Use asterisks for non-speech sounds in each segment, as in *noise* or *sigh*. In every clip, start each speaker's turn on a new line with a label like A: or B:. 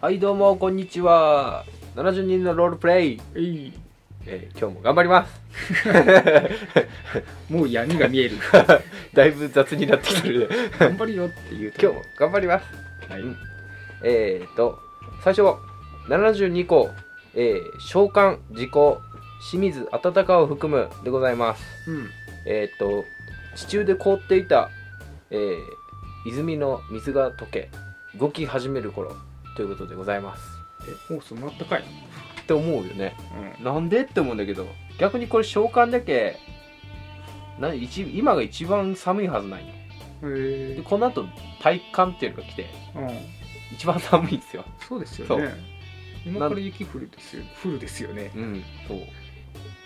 A: はいどうもこんにちは70人のロールプレイ、
B: えい
A: えー今日も頑張ります *laughs*
B: もう闇が見える
A: だいぶ雑になってきてるね *laughs*
B: 頑張るよっていう
A: 今日も頑張ります
B: 日はい、
A: うんえーと最初は72個、えー召喚時効清水温かを含むでございます
B: うん
A: えーと地中で凍っていた、えー泉の水が溶け動き始める頃ということでございます
B: えもうそんなあったかい、
A: って思うよねなんでって思うんだけど逆にこれ召喚だけな一今が一番寒いはずなんよ
B: うん、へ
A: で
B: え、
A: この後体感っていうのが来て
B: うん、
A: 一番寒いんですよ
B: そうです
A: そ
B: よ
A: う
B: ね今から雪降るですよ降るですよね
A: うんそう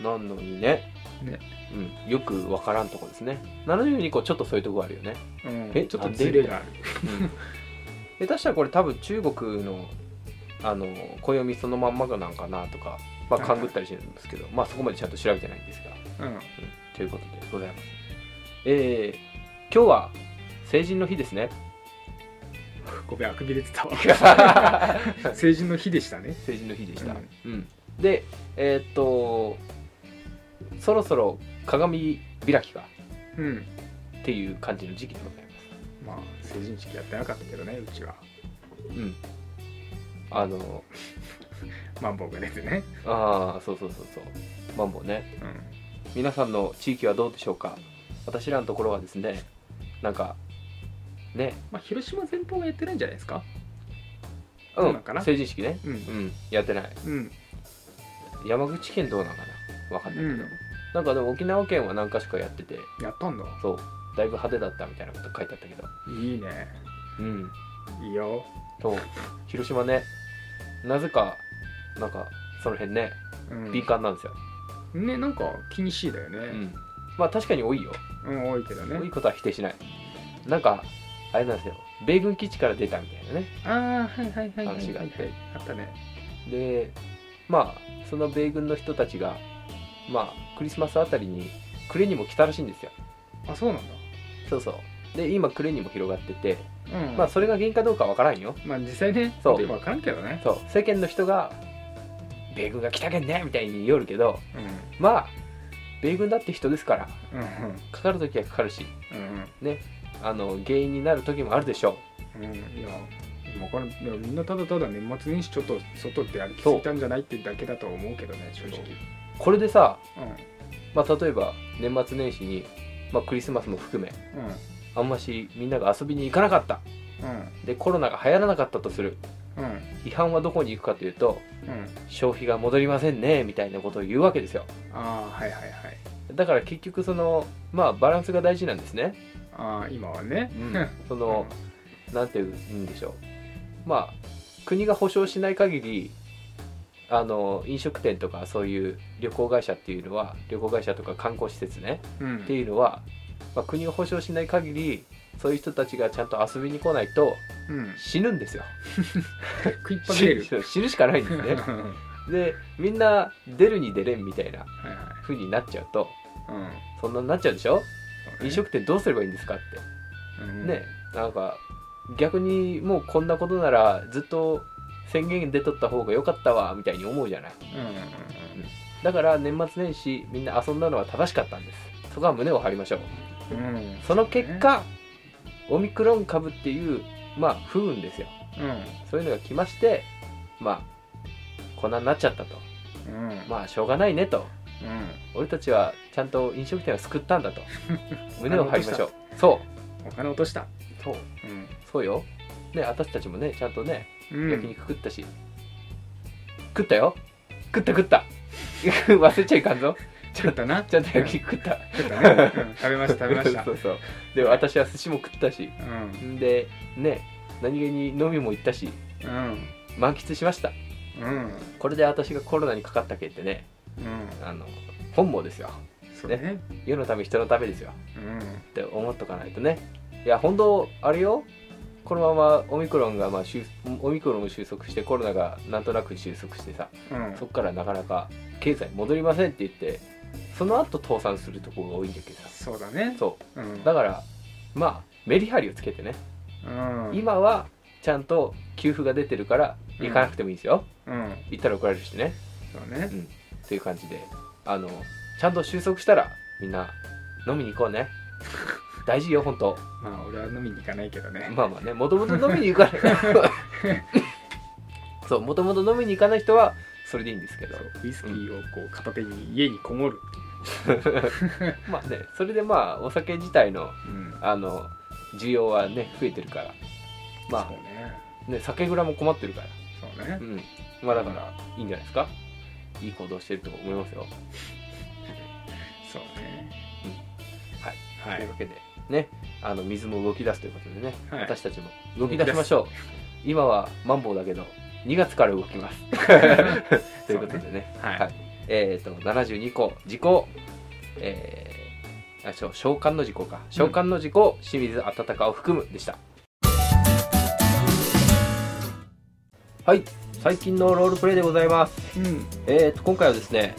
A: なんのにね
B: ね
A: うん、よくわからんとこですね72個ちょっとそういうとこあるよね、
B: うん
A: え
B: ちょっとズレがある
A: *laughs* うん、下手したらこれ多分中国のあの暦そのまんまなんかなとか、まあ、勘ぐったりしてるんですけど、まあそこまでちゃんと調べてないんですが
B: うん
A: ということでございます。えー、今日は成人の日です
B: *laughs*
A: ね。
B: ごめんあくび出てたわ成人の日でしたね
A: 成人の日でした。
B: うん
A: うんで、えーっと、そろそろ鏡開きが
B: うん
A: っていう感じの時期でございます。
B: まあ成人式やってなかったけどねうちは
A: うん。あの、
B: マンボウが出てね
A: ああ、そうそうそうそう。マンボウね。
B: う
A: 皆さんの地域はどうでしょうか私らのところはですね、なんか、ね、
B: まあ広島全方がやってないんじゃないですか
A: う
B: そうなん
A: ん
B: か、な
A: 成人式ね。
B: う
A: うんん、やってない。
B: うん
A: 山口県どうなのかなわかんないけど。なんかでも沖縄県は何か所かやってて
B: やったんだ
A: そうだいぶ派手だったみたいなこと書いてあったけど
B: いいね
A: うん
B: いいよ
A: そう広島ねなぜかなんかその辺ね
B: うん
A: 敏感なんですよ、
B: ねなんか気にしいだよね、
A: うんまあ確かに多いよ、
B: うん、多いけど
A: 多い
B: ね。
A: ことは否定しないなんかあれなんですよ米軍基地から出たみたいなね
B: ああ、はいはいはいはいはい、
A: 話があって
B: あったね。
A: でまあその米軍の人たちがまあクリスマスあたりに暮れにも来たらしいんですよ
B: あ、そうなん
A: そうそうで今暮れにも広がってて、
B: だ。うん。
A: まあそれが原因かどうかわからんよ
B: まあ、実際ね、
A: そう
B: で分からんけどね。
A: そう世間の人が米軍が来たけんねみたいに言おるけど
B: うん。
A: まあ米軍だって人ですから
B: うん
A: かかる時はかかるし
B: うん。
A: あの原因になる時もあるでしょ
B: うん。うん。いや、分からん。いやみんなただただ年末年始ちょっと外で歩きすぎたんじゃないってだけだとは思うけどね、正直。
A: うこれでさ、
B: う
A: まあ、例えば年末年始に、まあ、クリスマスも含め
B: ん。うん。
A: あんましみんなが遊びに行かなかった
B: うん。
A: でコロナが流行らなかったとする
B: うん。
A: 批判はどこに行くかというと
B: うん。
A: 消費が戻りませんねみたいなことを言うわけですよ
B: ああ、はいはいはい。
A: だから結局そのまあバランスが大事なんですね、
B: ああ、今はね。 *laughs*
A: その、なんていうんでしょうまあ国が保証しない限りあの飲食店とかそういう旅行会社っていうのは旅行会社とか観光施設ね
B: うん。
A: っていうのは、まあ、国が保証しない限りそういう人たちがちゃんと遊びに来ないと
B: うん。
A: 死ぬんですよ
B: 食いっぱ
A: 死
B: げ
A: ぬ
B: る。
A: 死 *laughs* ぬしかないんです
B: うん
A: ね
B: *laughs* は
A: でみんな出るに出れんみたいない
B: はい。
A: 風になっちゃうと
B: うん
A: そんなになっちゃうでしょ
B: そうね。
A: 飲食店どうすればいいんですかって
B: うん
A: ねなんか逆にもうこんなことならずっと宣言出とった方が良かったわみたいに思うじゃない
B: うんうんうん
A: だから年末年始みんな遊んだのは正しかったんですそこは胸を張りましょう
B: うん
A: その結果オミクロン株っていうまあ不運ですよ
B: う
A: そういうのが来ましてまあこんなになっちゃったと
B: んうん
A: まあしょうがないねと
B: う
A: 俺たちはちゃんと飲食店を救ったんだと胸を張りましょうそ
B: んお金落とした
A: うそう
B: うん
A: そうよね私たちもねちゃんとね
B: うん
A: 焼肉食ったし、食ったよ食った食った *laughs* 忘れちゃいかんぞ
B: 食ったな
A: ちゃんと焼肉食った
B: 食ったねうん食べました食べまし
A: *laughs*
B: た *laughs*
A: そうそうで私は寿司も食ったし
B: うん
A: んでね何気に飲みも行ったし
B: うん
A: 満喫しました
B: うん
A: これで私がコロナにかかったけってね
B: うん
A: あの本望ですよ
B: そうね
A: 世のため人のためですよ
B: うん
A: って思っとかないとねいや本当あれよこのままオミクロンがまあ収オミクロンも収束してコロナがなんとなく収束してさ
B: うん
A: そこからなかなか経済戻りませんって言ってその後倒産するところが多いんだけどさ
B: そうだね
A: そううんだからまあメリハリをつけてね
B: うん
A: 今はちゃんと給付が出てるから
B: うん
A: 行かなくてもいいですよ、
B: うん
A: 行ったら怒られるしね
B: そうね
A: という感じであのちゃんと収束したらみんな飲みに行こうね *laughs* 大事よ本当
B: まあ俺は飲みに行かないけどね
A: まあまあねもともと飲みに行かない *laughs* そうもともと飲みに行かない人はそれでいいんですけど
B: そうウイスキーをこう片手に家にこもる、
A: まあねそれでまあお酒自体の
B: うん、
A: あの需要はね増えてるからま
B: そうね
A: あね酒蔵も困ってるから
B: そうね
A: うんまあだからいいんじゃないですかいい行動してると思いますよ
B: そうね
A: うんはい
B: は
A: という
B: い
A: わけでねあの水も動き出すということでね、
B: はい
A: 私たちも動き出しましょう今はマンボウだけど2月から動きます *laughs* ということでね
B: *laughs* はい、
A: はいえっ、と72個時効えー、あそう召喚の時効か召喚の時効、清水あたたかを含むでしたはい最近のロールプレイでございます
B: うん、
A: えっ、と今回はですね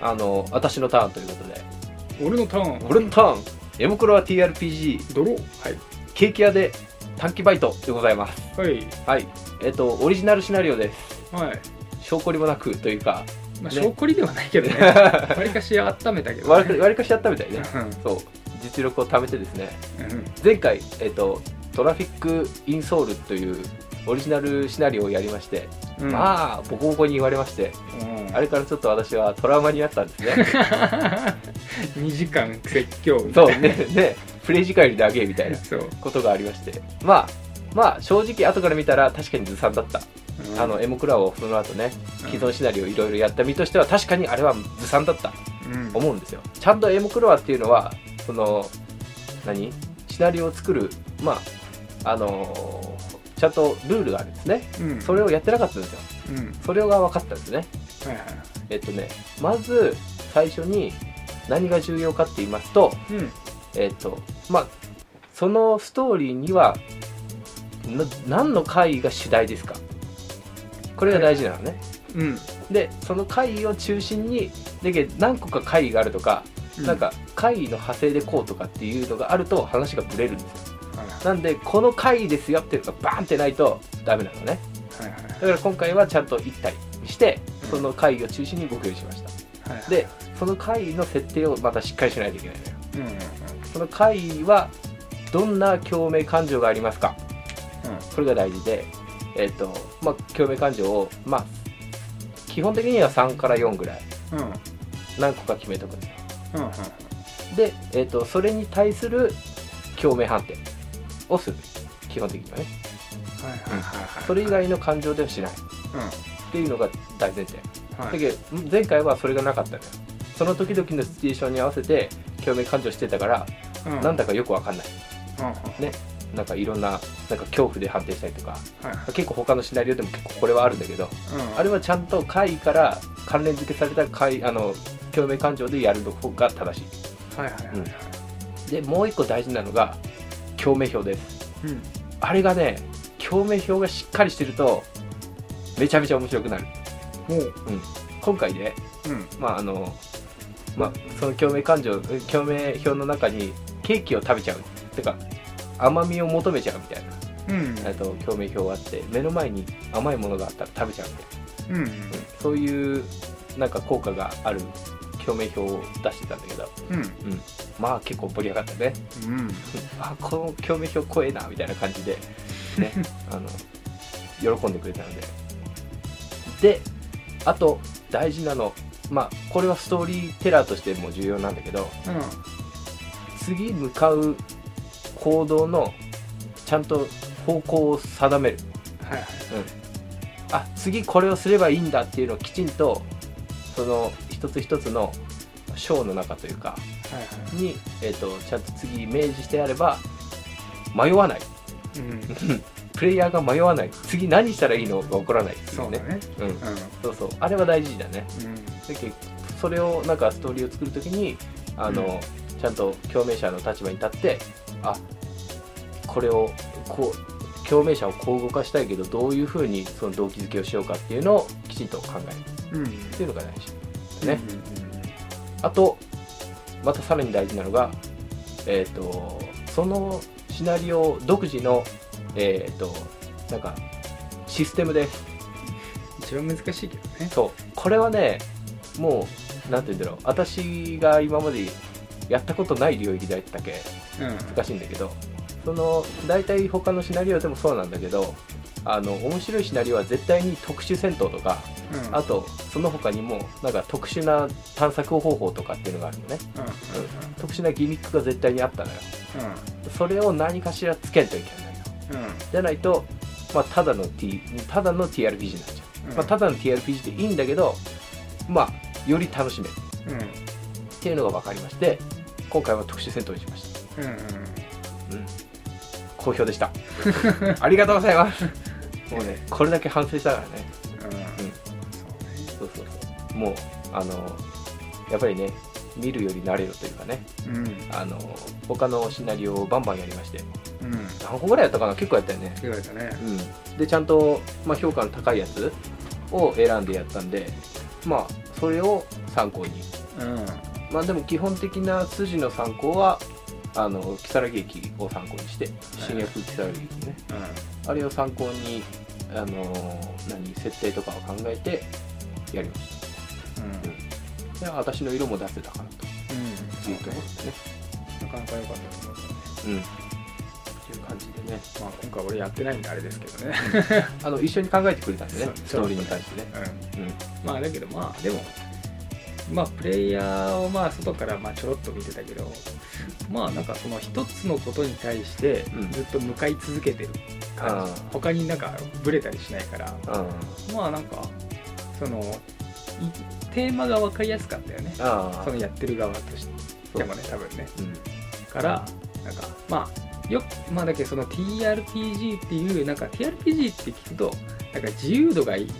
A: あの私のターンということで
B: 俺のターン
A: 俺のターンエモクロは TRPG
B: ドロー
A: ケーキ屋で短期バイトでございます
B: はいはい
A: はいえっ、とオリジナルシナリオです
B: はい
A: 証拠りもなくというか
B: まあ、
A: ね
B: 証拠りではないけどねわりかし温めたけど、
A: わり
B: ね、
A: わりかしやったみ
B: *laughs*
A: たいね
B: う
A: そう実力を貯めてですね
B: んうん
A: 前回、えっとトラフィック・イン・ソウルというオリジナルシナリオをやりまして、
B: うん
A: まあボコボコに言われまして
B: うん
A: あれからちょっと私はトラウマになったんですね
B: 2時間説教みた
A: *laughs* そう
B: いな
A: ねねプレイ時間より長えみたいな
B: そう、
A: ことがありましてまあまあ正直後から見たら確かにずさんだった、
B: うん
A: あのエモクラをその後ね既存シナリオいろいろやった身としては確かにあれはずさんだった
B: うん
A: 思うんですよちゃんとエモクロアっていうのはその何シナリオを作るまああのーちゃんとルールがあるんですね
B: うん
A: それをやってなかったんですよ
B: うん
A: それが分かったんですね
B: はいは
A: えっとねまず最初に何が重要かって言いますと
B: いうん
A: えっとまあそのストーリーにはな何の会が主題ですかこれが大事なのね
B: うん
A: でその会を中心にで何個か会があるとかなんか会の派生でこうとかっていうのがあると話がブレるんですよ
B: はいは
A: なんでこの会ですよっていうのがバーンってないとダメなのね
B: いはい
A: だから今回はちゃんと1体にして
B: うん
A: その会を中心に動くようにしました
B: はいはい
A: でその会の設定をまたしっかりしないといけないのよ
B: うんうん
A: その会はどんな共鳴感情がありますかこれが大事でえっ、とまあ共鳴感情をまあ基本的には3から4ぐらい
B: うんうん
A: 何個か決めとくんですよ
B: うんうん
A: で、えー、とそれに対する共鳴判定をする基本的にはね
B: はいはいはいはい
A: それ以外の感情ではしないっていうのが大前提
B: うん
A: だ
B: はい
A: けど前回はそれがなかったのよその時々のシチュエーションに合わせて共鳴感情してたから
B: うん
A: なんだかよくわかんない
B: うんうん
A: なんかいろんななんか恐怖で判定したりとか
B: はい
A: 結構他のシナリオでも結構これはあるんだけど
B: うん
A: あれはちゃんと回から関連付けされた回あの共鳴感情でやるのが正し
B: はいはいはいはい
A: いでもう一個大事なのが共鳴表です
B: うん
A: あれがね共鳴表がしっかりしてるとめちゃめちゃ面白くなる
B: もう
A: 今回ね
B: うん
A: まああのまあその共鳴感情共鳴表の中にケーキを食べちゃうてか甘みを求めちゃうみたいな、
B: うん
A: えっと共鳴表があって目の前に甘いものがあったら食べちゃうみたいな
B: うん
A: そういうなんか効果がある共鳴表を出してたんだけど
B: うん
A: まあ結構盛り上がったね
B: うん
A: あこの共鳴表怖えなみたいな感じで、ね、あの喜んでくれたのでであと大事なのまあこれはストーリーテラーとしても重要なんだけど
B: うん
A: 次向かう行動のちゃんと方向を定める
B: はいはい
A: あ次これをすればいいんだっていうのをきちんとその一つ一つの章の中というか
B: はいは
A: に、えー、とちゃんと次明示してあれば迷わない
B: いうん
A: プレイヤーが迷わない次何したらいいのが起こらないってい
B: そうだね
A: うん、
B: う
A: そうそうあれは大事だね
B: んうん
A: だけどそれをなんかストーリーを作るときにあの、ちゃんと共鳴者の立場に立ってあこれをこう共鳴者をこう動かしたいけどどういうふうにその動機づけをしようかっていうのをきちんと考える
B: うん
A: っていうのが大事ね、
B: うん
A: あとまたさらに大事なのがえっ、とそのシナリオ独自のえっ、となんかシステムです
B: 一番難しいけどね
A: そうこれはねもうなんて言うんだろう私が今までやったことない領域だったけ
B: うん
A: 難しいんだけどその大体他のシナリオでもそうなんだけどあの面白いシナリオは絶対に特殊戦闘とか
B: うん
A: あとその他にもなんか特殊な探索方法とかっていうのがあるのね
B: うん
A: 特殊なギミックが絶対にあったのよそれを何かしらつけんといけないの
B: うんうん
A: じゃないと、まあ、ただの T ただの TRPG になっちゃ
B: う
A: う、
B: ん
A: まあ、ただの TRPG でいいんだけどまあより楽しめる
B: うんうん
A: っていうのが分かりまして今回は特殊戦闘にしました
B: うん
A: うん好評でしたありがとうございますもうねこれだけ反省したからね
B: うん
A: そうそうそうもうあのやっぱりね見るより慣れろというかね
B: そうね
A: あの他のシナリオをバンバンやりまして
B: うんうん
A: 何個ぐらいやったかな結構やったよね
B: 言われたね
A: うんでちゃんと、まあ、評価の高いやつを選んでやったんでまあそれを参考に
B: うん
A: まあでも基本的な筋の参考はあの木更木駅を参考にして新約木更木駅ねあれを参考に、あのー何設定とかを考えてやりまし
B: うんうん
A: たで私の色も出せたかなと
B: うん
A: いうところですね
B: なかなか良かったと思うけどね
A: うんっていう感じでね
B: まあ今回俺やってないんであれですけどね
A: あの一緒に考えてくれたんでね
B: そう
A: ストーリーに対してね
B: うんまあだけどまあでもまあプレイヤーをまあ外からまあちょろっと見てたけどまあなんかその一つのことに対して
A: うん
B: ずっと向かい続けてる感じ、
A: あー
B: 他になんかブレたりしないから
A: うんあ
B: まあなんかそのいテーマが分かりやすかったよね
A: あ
B: そのやってる側としてもね多分ね
A: うん
B: からなんかまあよくまあだけどその TRPG っていうなんか TRPG って聞くとなんか自由度がいい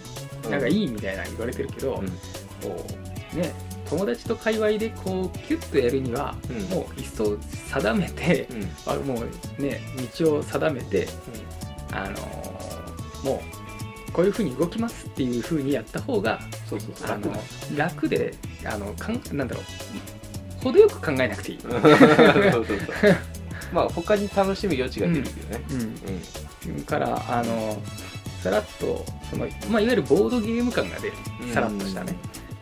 B: なんかいいみたいな言われてるけど、
A: うん
B: こうね友達と界隈でこうキュッとやるには、
A: うん
B: もう一層定めて、
A: うん
B: あもうね道を定めてあのーもうこういう風に動きますっていう風にやった方が
A: そうそうそう
B: あ
A: 楽
B: の
A: だ
B: 楽であのかんなんだろう程よく考えなくていい、
A: うんそう
B: *laughs*
A: そうそうまあ他に楽しむ余地が出るけどね
B: う
A: うん
B: ん、からあのさらっとその、まあ、いわゆるボードゲーム感が出るさらっとしたね、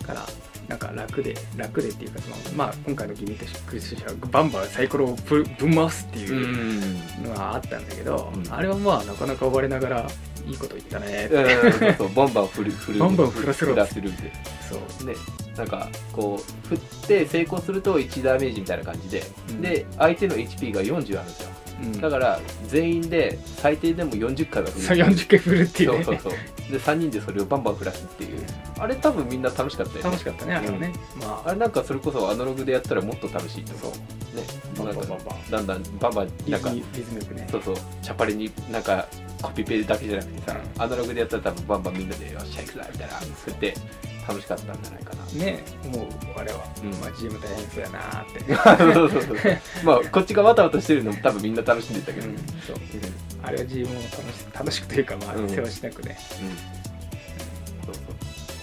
B: からなんか楽で楽でっていうかその、まあ、今回のギミックス社はバンバンサイコロをぶぶん回すって
A: う
B: いうんのがあったんだけど、
A: うん
B: あれはまあなかなか我ながらいいこと言ったね、
A: うんそうそうバンバン振る振る
B: バンバン振らせろ
A: 振らせるんで
B: そう
A: ね、なんかこう振って成功すると1ダメージみたいな感じで、
B: うん
A: で相手の HP が40あるんですよ
B: うん、
A: だから全員で最低でも40回は
B: そ
A: 振
B: う
A: る
B: 40回振るっていうね
A: そうそうそうで3人でそれをバンバン振らすっていうあれ多分みんな楽しかったよね
B: 楽しかったねあれはね、ま
A: あれなんかそれこそアナログでやったらもっと楽しいと
B: あそ
A: 思
B: う
A: うねな
B: バン
A: んか
B: バンバンバン
A: だんだんバンバン
B: リ
A: なん
B: ズ
A: か
B: ムリズムよくね
A: そうそうチャパレになんかコピペだけじゃなくてさアナログでやったら多分バンバンみんなでよっしゃいくぞみたいな作って楽しかったんじゃないか
B: *laughs*
A: な
B: ねもうあれは、
A: うん
B: まあ、GM 大変そうやなー
A: *laughs*
B: って、
A: そうそうそうそうまあこっちがわたわたしてるのも多分みんな楽しんでたけど、
B: うんそう
A: う
B: あれは GM も楽し楽しくというかまあ
A: うん
B: 世話しなくね
A: んそう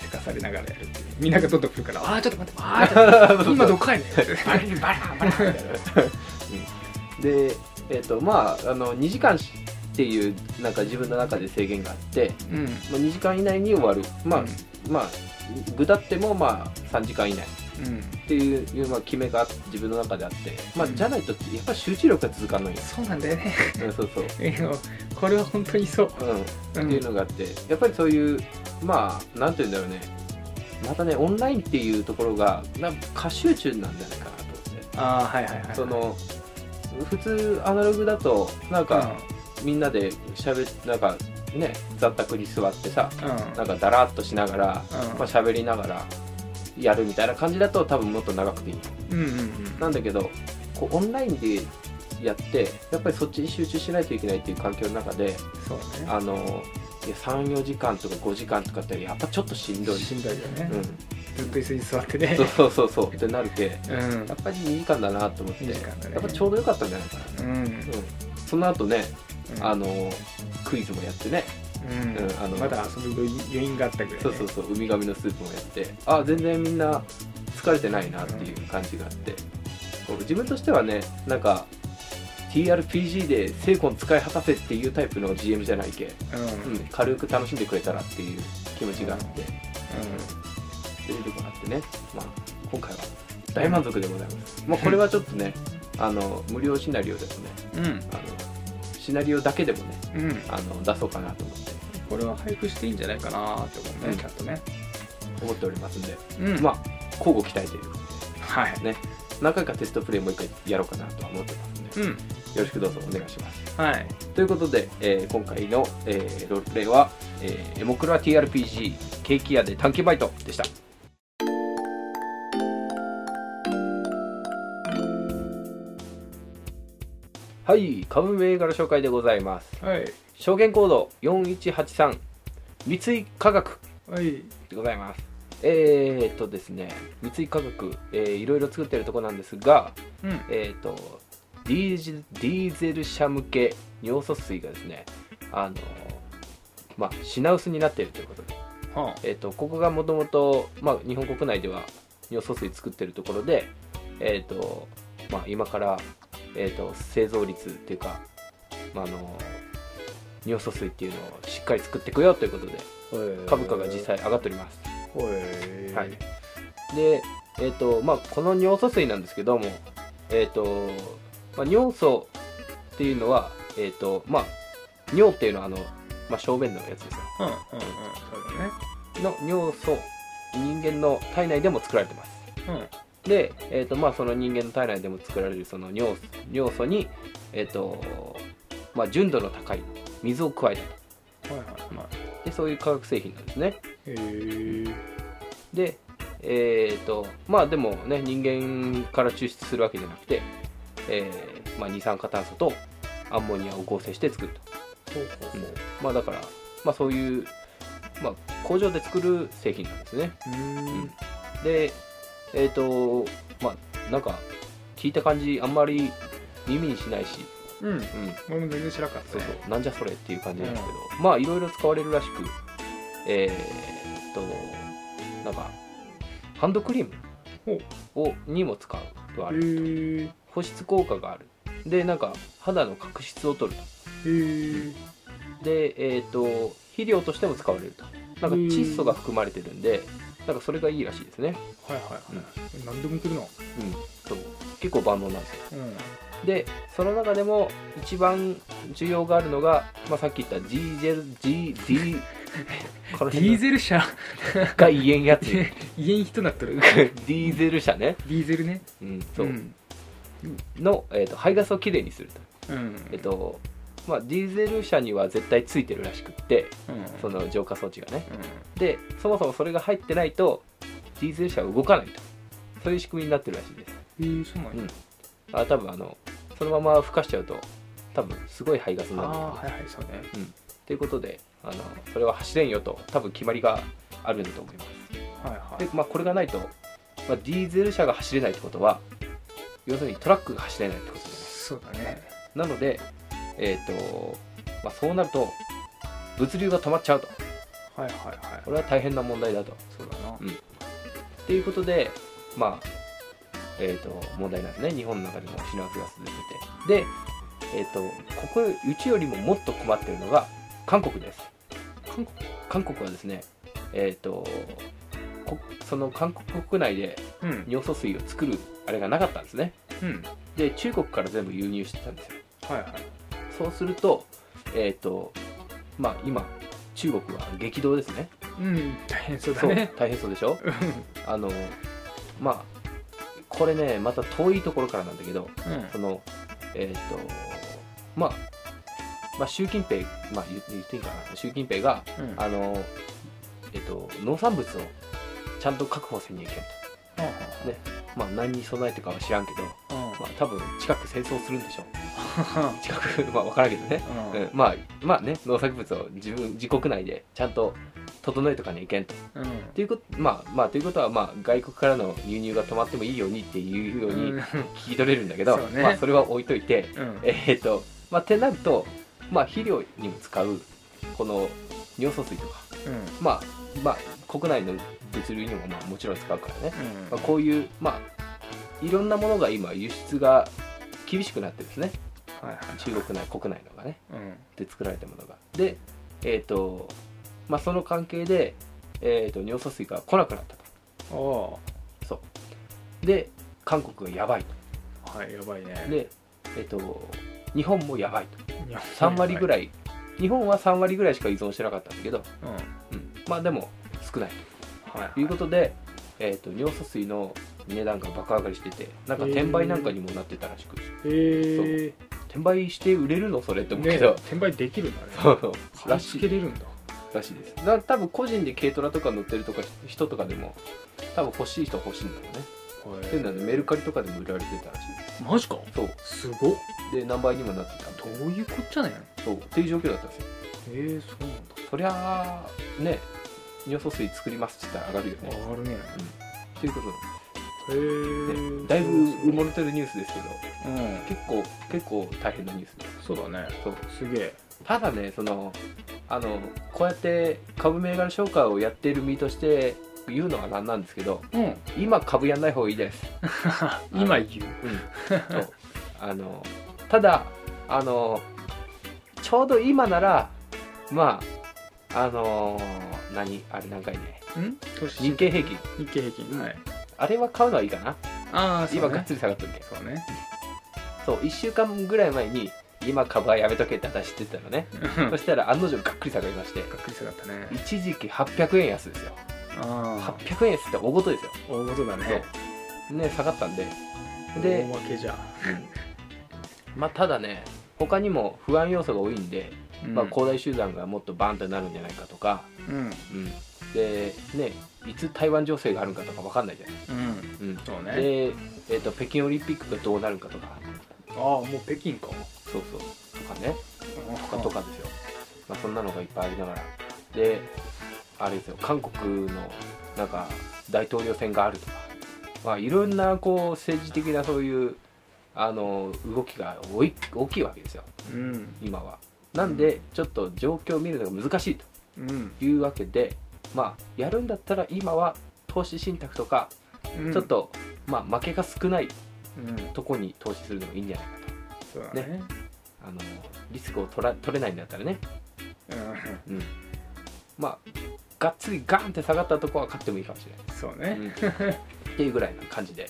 B: せかされながらやるっていうみんながどんどん来るから「ああちょっと待ってあーちょ
A: *laughs*
B: っと待って今どっかやねん」バラバラバラ」みたいな
A: そうでえっ、とまああの2時間っていうなんか自分の中で制限があって、
B: うん
A: まあ、2時間以内に終わるまあ、
B: うん
A: まあ具だってもまあ3時間以内
B: うん
A: っていう、まあ、決めが自分の中であって、まあ、
B: うん
A: じゃないとやっぱ集中力が続かんのよ、
B: そうなんだよね *laughs*
A: うん、そうそう
B: いやこれは本当にそう
A: うん
B: う
A: っていうのがあってやっぱりそういうまあなんて言うんだろうねまたねオンラインっていうところがなんか過集中なんじゃないかなと思って
B: ああはいはいはい
A: その普通アナログだとなんかみんなでしゃべなんかね雑卓に座ってさ
B: うんうん
A: なんかだらっとしながら、まあ
B: う
A: 喋りながらやるみたいな感じだと多分もっと長くていい
B: んうんうん
A: なんだけどこうオンラインでやってやっぱりそっちに集中しないといけないっていう環境の中で
B: そうね
A: あの34時間とか5時間とかってやっぱちょっとしんどい、
B: しんどいよね
A: う
B: ずっと椅子に座ってね
A: ん、そうそうそうそうってなるけ
B: うん
A: やっぱり2時間だなと思って、
B: 2時間だね
A: やっぱちょうどよかったんじゃないかな、
B: うん
A: うん、その後ねあのクイズもやってね、
B: うん
A: うんあの
B: まだ遊ぶ余韻があったぐらいね
A: そうそうそうウミガメのスープもやってあ全然みんな疲れてないなっていう感じがあって、そう自分としてはねなんか TRPG で精魂使い果たせっていうタイプの GM じゃないけ、
B: うん
A: う、ん、軽く楽しんでくれたらっていう気持ちがあって、というところがあってね、まあ、今回は大満足でございます、まあ、これはちょっとね *laughs* あの無料シナリオでもね
B: うん、うん、
A: あのシナリオだけでもね
B: うん、
A: あの出そうかなと思って
B: これは配布していいんじゃないかなって思う
A: う
B: ね、
A: ん
B: ちゃんとね。
A: 思っておりますんで、
B: うん
A: ま
B: ま
A: あ交互期待ということで
B: あ、はい。
A: 何回かテストプレイもう一回やろうかなとは思ってますんで、
B: うん、
A: よろしくどうぞお願いします
B: はい。
A: ということで、えー今回の、えーロールプレイは、えーエモクラ TRPG ケーキ屋で短期バイトでしたはい株銘柄紹介でございます
B: はい。
A: 証言コード4183三井科学
B: はい。
A: でございますえー、っとですね三井科学、えーいろいろ作ってるとこなんですが
B: うん。
A: えー、とディーゼディーゼル車向け尿素水がですねあのまあ品薄になっているということで、
B: は
A: えー、とここがもともと日本国内では尿素水作ってるところで、えーとまあ、今から、えー、と製造率っていうか、まあ、あの尿素水っていうのをしっかり作っていくよということで
B: あ
A: 株価が実。際上がっております、
B: はい。
A: はい。で、えーとまあ、この尿素水なんですけども、えーとまあ、尿素っていうのは、えーとまあ、尿っていうのはあの、まあ、小便のやつですよ
B: うん、うん、うん、そうだね。
A: の尿素人間の体内でも作られてます
B: うん。
A: で、えーとまあ、その人間の体内でも作られるその尿素尿素に、えーとまあ、純度の高い水を加えたと
B: はいはいはい。
A: でそういう化学製品なんですね
B: へえ。
A: でえっ、とまあでもね人間から抽出するわけじゃなくて、えーまあ、二酸化炭素とアンモニアを合成して作ると、
B: ほうほうほう。
A: まあだから、まあ、そういう、まあ、工場で作る製品なんですね
B: うーん。
A: でえっ、とまあなんか聞いた感じあんまり耳にしないし、
B: うん。
A: うん、
B: 俺も全然知らなかった
A: そう
B: ね。
A: そうなんじゃそれっていう感じなんですけど、まあいろいろ使われるらしくえーっとなんかハンドクリームをにも使うとある
B: へえ。
A: 保湿効果があるでなんか肌の角質を取る
B: へえ。
A: とでえーっと肥料としても使われるとなんか
B: うん
A: 窒素が含まれてるんでなんかそれがいいらしいですね、
B: はいはいはい。何でもいけるな。
A: うん、そう結構万能なんですよ
B: うん。
A: でその中でも一番需要があるのが、まあ、さっき言ったディーゼル *laughs* GD この辺
B: ディ
A: の
B: ーゼル車、
A: が言えんや
B: *laughs*
A: つデ
B: 家に人なっとる。
A: ィーゼル車ね、
B: ディーゼルね。
A: うんそう
B: うん。
A: の、えー、と排ガスをきれいにすると,、
B: うん。
A: えーとまあ、ディーゼル車には絶対ついてるらしくって
B: うん。
A: その浄化装置がね
B: う
A: でそもそもそれが入ってないとディーゼル車は動かないとそういう仕組みになってるらしいです
B: ん。へえ、そうなんや。
A: あ多分あのそのままふかしちゃうと多分すごい排ガスに
B: あ
A: なる
B: あ、はいはい、そうね。
A: ということであのそれは走れんよと多分決まりがあるんだと思います
B: はいはい
A: で。、まあ、これがないと、まあ、ディーゼル車が走れないってことは要するにトラックが走れないってことじゃない
B: そうだね。
A: なので、えーとまあ、そうなると物流が止まっちゃうと
B: はいはいはい。
A: これは大変な問題だと。
B: そうだな。
A: っていうことで、まあえー、と問題なんですね日本の中でも品薄が続いててで、えー、とここうちよりももっと困ってるのが韓国です
B: 韓国
A: 韓国はですねえっ、とこその韓国国内で
B: うん。
A: 尿素水を作るあれがなかったんですね
B: うん。
A: で中国から全部輸入してたんですよ
B: はいはい。
A: そうするとえっ、とまあ今中国は激動ですね
B: うん。大変そうだ
A: そう
B: ね。
A: 大変そうでしょ
B: うん。
A: あのまあこれねまた遠いところからなんだけどそのえっ、とまあまあ習近平まあ言言っていいかな習近平が
B: うん。
A: あのえっ、と農産物をちゃんと確保せにいけんと
B: う
A: まあ何に備えてかは知らんけど
B: ん。
A: まあ多分近く戦争するんでしょう
B: *laughs*
A: 近くまあ分からんけどね、
B: うん。
A: うん、まあまあね農作物を自分自国内でちゃんと整えとかにいけんと
B: うん。
A: ということまあまあということはまあ外国からの輸入が止まってもいいようにっていうように聞き取れるんだけど、
B: そうね
A: まあそれは置いといて
B: うん。
A: えーっとまあってなるとまあ肥料にも使うこの尿素水とか
B: うん。
A: まあまあ国内の物流にもまあもちろん使うからね、
B: うん
A: まあ、こういうまあいろんなものが今輸出が厳しくなってるんですね
B: はいはい
A: 中国内国内のがね
B: うん
A: で作られたものがでえっ、とまあその関係で、えー、と尿素水が来なくなったと
B: あ
A: そうで韓国がやばいと
B: あはいやばいね
A: でえっ、と日本もやばいと
B: いや
A: 3割ぐ
B: い、
A: らい日本は3割ぐらいしか依存してなかったんだけど、
B: うんはい
A: うん、まあでも少ない
B: はい
A: ということで、えー、と尿素水の値段が爆上がりしててなんか転売なんかにもなってたらしく、
B: へえ
A: 転売して売れるのそれって思うけど、
B: 転売できるんだね
A: そう
B: 買
A: ら
B: い
A: し
B: 付け
A: い
B: れるんだ
A: らしいですだから多分個人で軽トラとか乗ってるとか人とかでも多分欲しい人は欲しいんだろうねっていうのはねメルカリとかでも売られてたらしいで
B: マジか
A: すそう
B: すごっ
A: で何倍にもなってた
B: どういうこっちゃねんへ
A: そうっていう状況だったんですよ
B: えそうなんだ
A: そりゃあね尿素水作りますって言ったら上がるよね
B: あるね
A: ということなん
B: へえ
A: でだいぶ埋もれてるニュースですけど
B: うん
A: 結構結構大変なニュースです
B: そうだね
A: そう
B: すげえ
A: ただねそのあのこうやって株銘柄紹介をやっている身として言うのはなんなんですけど
B: うん
A: 今株やんない方がいいです、
B: 今言う
A: うん、そうあのただあのちょうど今ならまああの何あれ何回ね
B: ん
A: 日経平均
B: 日経平均はい
A: あれは買うのはいいかな、
B: ああそう
A: 今
B: ね
A: がっつり下がってるけど
B: そうね
A: そう1週間ぐらい前に今株はやめとけって私言ってたのね
B: うん
A: そしたら案の定がっくり下がりまして
B: がっくり下がったね
A: 一時期800円安ですよ
B: ああ
A: 800円安って大事ですよ
B: 大事だね
A: そうね下がったんでで
B: 大負けじゃ
A: まあただね他にも不安要素が多いんで、まあ、
B: う
A: 恒大集団がもっとバンとなるんじゃないかとか、
B: うん
A: うん、でねいつ台湾情勢があるんかとか分かんないじゃない、
B: うん
A: うん、
B: そうね
A: で、えー、と北京オリンピックがどうなるんかとか
B: ああもう北京か
A: そうそうとかね
B: と
A: とかとかですよ、まあ、そんなのがいっぱいありながらであれですよ韓国のなんか大統領選があるとか、まあ、いろんなこう政治的なそういうあの動きが多い大きいわけですよ
B: うん
A: 今は。なんでちょっと状況を見るのが難しいと
B: うん
A: いうわけでまあやるんだったら今は投資信託とか
B: うん
A: ちょっと、まあ負けが少ない
B: うん
A: とこに投資するのがいいんじゃないかと
B: そうだね
A: あのリスクを取ら取れないんだったらね
B: うん
A: うん、まあがっつりガンって下がったとこは買ってもいいかもし
B: そう
A: れない、
B: ね
A: っていうぐらいな感じで、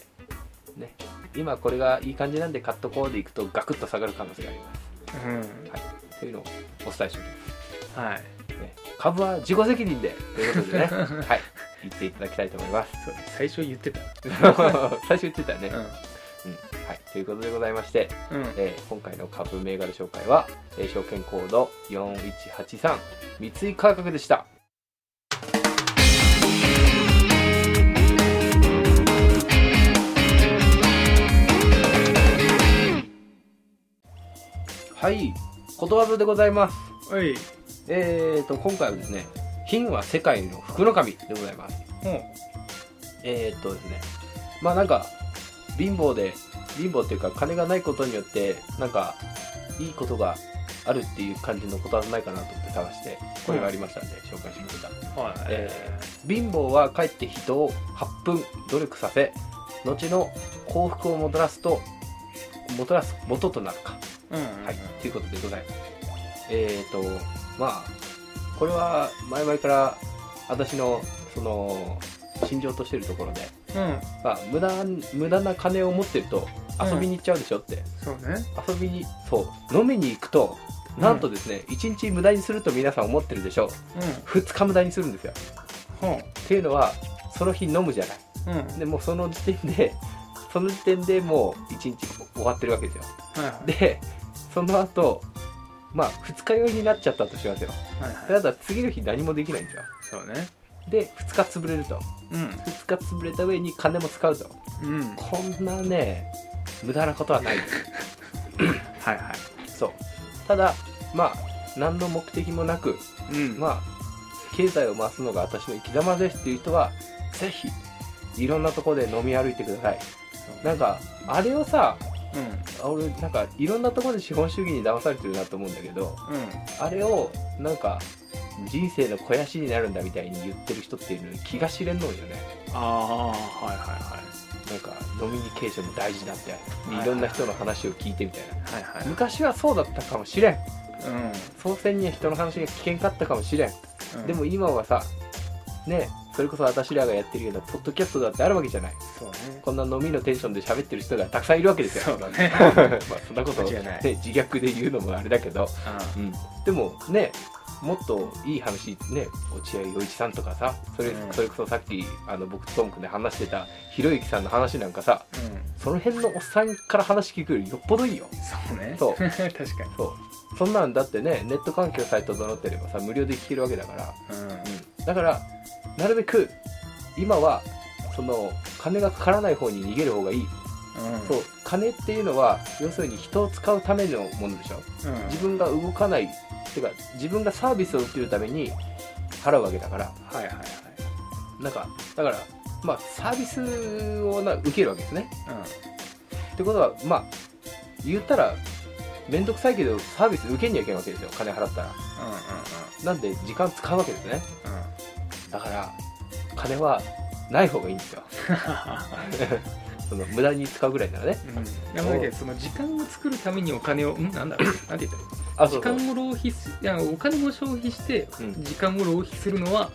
A: ね、今これがいい感じなんで買っとこうでいくとガクッと下がる可能性があります
B: うん
A: というのをお伝えしておき
B: はい
A: ます、ね、株は自己責任でということでねはい言っていただきたいと思います
B: そう最初言ってた
A: *laughs* 最初言ってたよね、うん
B: う
A: はい、ということでございまして、
B: んうん
A: えー今回の株銘柄紹介は、えー証券コード4183三井価格でしたはいことわざでございます
B: おい
A: えーと今回はですね金は世界の福の神でございます
B: も
A: えーとですねまあなんか貧乏で貧乏っていうか金がないことによってなんかいいことがあるっていう感じのことはないかなと思って探してこれがありましたんで紹介しました、
B: うはい
A: えー貧乏はかえって人を8分努力させ後の幸福をもたらすともたらす元となるか
B: うん
A: はい、ということでございます。えっ、ー、と、まあ、これは前々から私のその心情としてるところで、
B: うん
A: まあ、無駄無駄な金を持ってると遊びに行っちゃうでしょって、
B: そうね
A: 遊びにそう飲みに行くとなんとですね、1日無駄にすると皆さん思ってるでしょ
B: うん
A: う2日無駄にするんですよ
B: ほ
A: っていうのはその日飲むじゃないう
B: うんはい
A: でもうその時点で *laughs* その時点でもう1日終わってるわけですよ
B: はい
A: でその後まあ二日酔いになっちゃったとしますよ
B: はい
A: た
B: はい
A: だ次の日何もできないんですよ
B: そうね
A: で二日潰れると
B: うん
A: 二日潰れた上に金も使うと
B: うん
A: こんなね無駄なことはないです
B: はいは
A: そうただまあ何の目的もなく
B: いうん
A: まあ経済を回すのが私の生き様ですっていう人はぜひいろんなところで飲み歩いてくださいなんかあれをさ
B: うん
A: 俺なんかいろんなところで資本主義に騙されてるなと思うんだけど
B: うん
A: あれをなんか人生の肥やしになるんだみたいに言ってる人っていうのに気が知れんのよね
B: ああはいはいはい
A: なんかノミニケーションも大事だみたい
B: はい
A: な
B: はい
A: いろんな人の話を聞いてみたいな
B: はいはい
A: 昔はそうだったかもしれん
B: うん
A: その点には人の話が聞けんかったかもしれん
B: うん
A: でも今はさねそれこそ私らがやってるようなポッドキャストだってあるわけじゃない
B: そうね
A: こんな飲みのテンションで喋ってる人がたくさんいるわけですよ
B: そうだね
A: *laughs* まあそんなこと、
B: 間違い
A: ね
B: ない、
A: 自虐で言うのもあれだけど、うん、でもねもっといい話ね落合陽一さんとかさそれ,、
B: うん
A: それこそさっきあの僕とトム君で話してたひろゆきさんの話なんかさ
B: うんうん
A: その辺のおっさんから話聞くよりよっぽどいいよ
B: そうね
A: そう
B: *laughs* 確かに
A: そうそんなんだってねネット環境さえ整ってればさ無料で聞けるわけだから
B: うん
A: だからなるべく今はその金がかからない方に逃げる方がいい、
B: うん
A: そう金っていうのは要するに人を使うためのものでしょ
B: うん
A: 自分が動かないてか自分がサービスを受けるために払うわけだから
B: はいはいはい
A: なんかだからまあサービスをな受けるわけですねってことはまあ言ったら面倒くさいけどサービス受けにゃいけないわけですよ金払ったら
B: う
A: なんで時間使うわけですね
B: んうんうんうん
A: だから金はない方がいいん
B: *laughs*
A: ですよその無駄に使うぐらいならね
B: うんいやだけどその時間を作るためにお金をんなんだろうなんて言ったらいい
A: あ
B: 時間を浪費すいやお金を消費して
A: うん
B: 時間を浪費するのは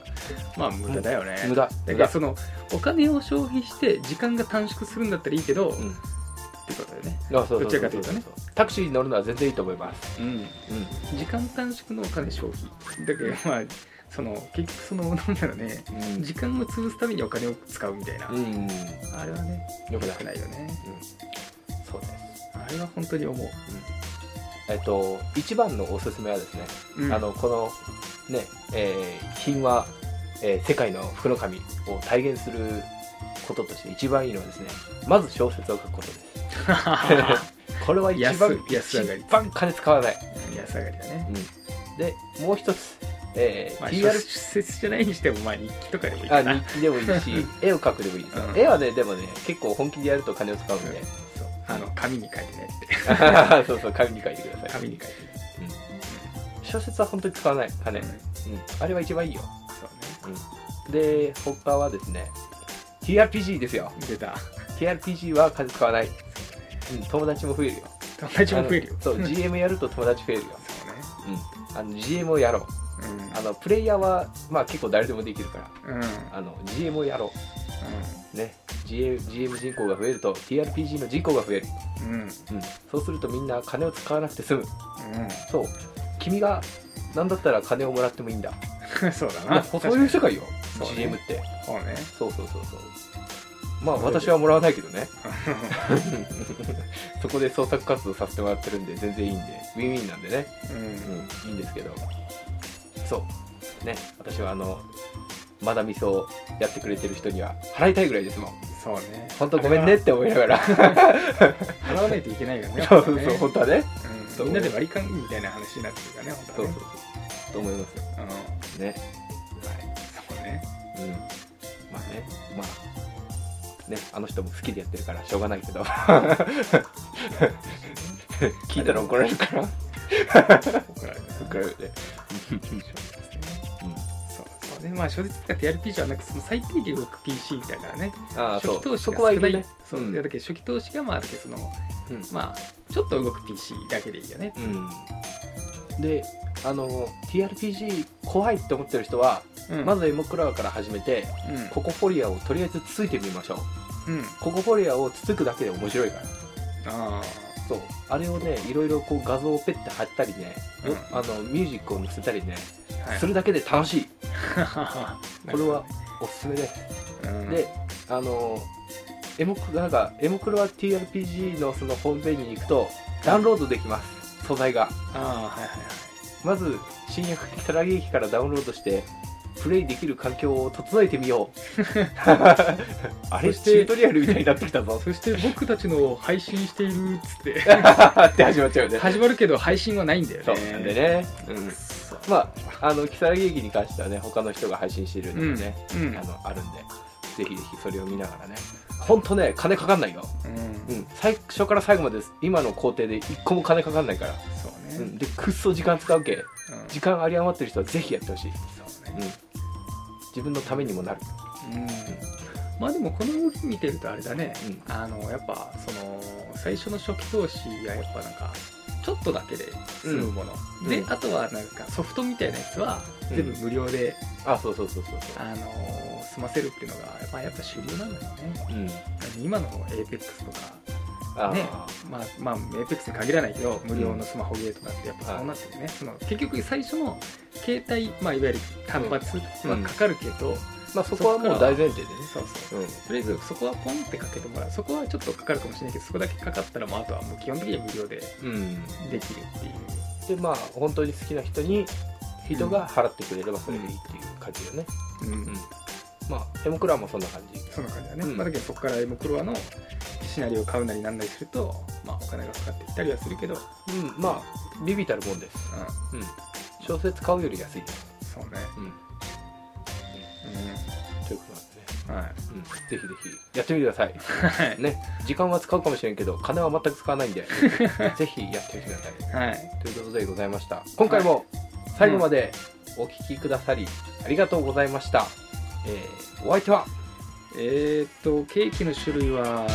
B: まあ無駄だよね、
A: 無駄
B: だけ
A: 無
B: ど
A: 駄
B: そのお金を消費して時間が短縮するんだったらいいけど、
A: う
B: っ
A: ん
B: てことだよね、
A: あそうそうそうそう
B: どちらかというとね
A: タクシーに乗るのは全然いいと思いますうん
B: 時間短縮のお金消費だけどまあその結局そのなんだろうね
A: うん
B: 時間を潰すためにお金を使うみたいな、
A: うん
B: あれはね
A: よくな
B: 良く
A: い
B: ないよね
A: そうです
B: あれは本当に思う、
A: えっと一番のおすすめはですね、
B: う
A: *laughs*
B: ん
A: あのこのねえー品は、えー世界の福の神を体現することとして一番いいのはですねまず小説を書くことですこれは一番
B: 安安上がり
A: 一番金使わない、
B: 安上がりだね
A: でもう一つ、えー
B: まあ
A: PR
B: 出説じゃないにしてもまあ日記とかでもいい
A: あ
B: かな
A: 日記でもいい
B: *laughs*
A: し絵を描くでもいいですよ、
B: うん
A: 絵はねでもね結構本気でやると金を使うんで、
B: そうあの紙に書いてねっ
A: *laughs*
B: て
A: そうそう紙に書いてください
B: 紙に書いてね
A: 小説は本当に使わない金、
B: うん
A: うん、あれは一番いいよ
B: そう
A: で他はですね TRPG ですよ
B: ね出た
A: TRPG は金使わない、うん、友達も増えるよ
B: 友達も増えるよ
A: あの
B: *laughs*
A: そう GM やると友達増えるよ、
B: そうね
A: うん、あの GM をやろう
B: うん
A: あのプレイヤーはまあ結構誰でもできるから
B: うんうん
A: あの GM をやろうね GM, GM 人口が増えると TRPG の人口が増える、
B: うんうん
A: うん、そうするとみんな金を使わなくて済むそう君が何だったら金をもらってもいいんだ
B: うんそうだ
A: まあ
B: な
A: そういう世界よ、
B: そうね
A: GM って
B: 確かにそうね
A: そうそうそうそうまあ私はもらわないけど
B: *laughs*
A: ねそこで創作活動させてもらってるんで全然いいんでウィンウィンなんでね、
B: う
A: う
B: ん
A: ん、いいんですけどそうね私はあのまだ味噌をやってくれてる人には払いたいぐらいですもん
B: そうね
A: 本当ごめんねって思いながら
B: 払わないといけないよねやっぱ
A: *laughs* そ
B: ね
A: うそうそう本当はね
B: うんみんなで割り勘みたいな話になってるからね
A: そ
B: 本当
A: う
B: は
A: そう
B: ね
A: そうと思いますよ
B: うん
A: ね
B: そうね
A: うんまあねまあねあの人も好きでやってるからしょうがないけど *laughs* 聞いたら怒られるから
B: 怒られるな
A: 怒られるね
B: そうそうねまあ小説とか TRPG はなんかその最低限動く PC だからね
A: ああ
B: 初期
A: そ
B: 投
A: う
B: 資
A: そ
B: が
A: こはい
B: 少な
A: る
B: い
A: ね
B: そう
A: うん
B: いやだけど初期投資がまあだけどその
A: うん
B: まあちょっと動く PC だけでいいよね
A: うんであの TRPG 怖いって思ってる人は、
B: うん
A: まずエモクラワから始めて
B: うん
A: ココフォリアをとりあえずつついてみましょう
B: うん
A: ココフォリアをつつくだけで面白いから
B: あ
A: そうあれをねいろいろこう画像をペッて貼ったりね、
B: うん
A: あのミュージックを載せたりね
B: あはい
A: す
B: *laughs*
A: るだけで楽しいこれはおすすめです、
B: うん
A: であのエモクなんかエモクロは TRPG のそのホームページに行くとダウンロードできます素材が
B: ああはいはいはい
A: まず新薬木ら木駅からダウンロードしてプレイできる環境を整えてみよう
B: *laughs*
A: *laughs* あれ
B: そ
A: チ
B: して
A: ュートリアルみたいになってきた
B: *laughs*
A: ぞ
B: そして僕たちの配信しているっつって
A: *laughs* って始まっちゃうよね
B: 始まるけど配信はないんだよね
A: そうなんでね、うん、
B: そう
A: まああの木更木駅に関してはね他の人が配信してるんでね、
B: うん
A: あのあるんでぜひぜひそれを見ながらねほんとね金かかんないよ
B: うん
A: うん、最初から最後まで今の工程で一個も金かかんないから、
B: そう
A: う、
B: ねうんん
A: でくっそ時間使うけ
B: そ
A: 時間あり余ってる人はぜひやってほしい、
B: う
A: うん
B: ね、
A: 自分のためにもなる
B: うんまあでもこの動き見てるとあれだね、
A: うん
B: あのやっぱその最初の初期投資がやっぱなんかちょっとだけで済むもの、
A: うん
B: で、
A: うん
B: あとはなんかソフトみたいなやつは全部無料で、
A: あそうそうそうそうそ
B: あの済ませるっていうのがやっぱやっぱ主流なんだよね
A: ううん
B: 今の APEX とか
A: あー
B: ねまあまあ APEX に限らないけど無料のスマホゲーとかってやっぱそうなってるね、その結局最初の携帯、まあ、いわゆる単発はかかるけど、
A: まあそこはもう大前提でね
B: そうそう
A: うん
B: とりあえずそこはポンってかけてもらうそこはちょっとかかるかもしれないけどそこだけかかったらもうあとはもう基本的には無料で
A: うん
B: できるっていう
A: でまあ本当に好きな人に人が払ってくれればそれでいいっていう感じよね、
B: うん、
A: うんまあヘモクラもそんな感じ
B: そんな感じだね、
A: うん
B: まあ、だけどそこからエムクロアのシナリオを買うなりなんなりすると、まあ、お金がかかっていったりはするけど、うん、
A: うんまあビビたるもんですうん小説買うより安いです
B: そうね、
A: うんということなんでね、
B: うん、はい
A: うん、ぜひぜひやってみてください
B: はい、
A: ね時間は使うかもしれんけど金は全く使わ
B: *laughs*
A: ないんでぜひやってみてください
B: はい、
A: ということでございました今回も最後までお聞きくださりありがとうございました、えーお相手は
B: えー、っとケーキの種類は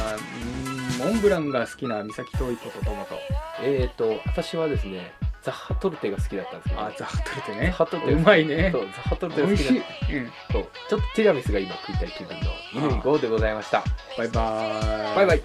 B: うんモンブランが好きな三崎遠い子と友と
A: えーと私はですねザッハトルテが好きだったんですけど
B: あザハトルテ
A: ザ
B: ね
A: ハトルテ
B: うまいね
A: そうザッハトルテ
B: 美
A: が好
B: 味
A: き
B: し
A: だっ
B: い、うん、
A: たそうちょっとティラミスが今食いたい気分の犬にゴーでございました
B: バイバーイ
A: バイバイ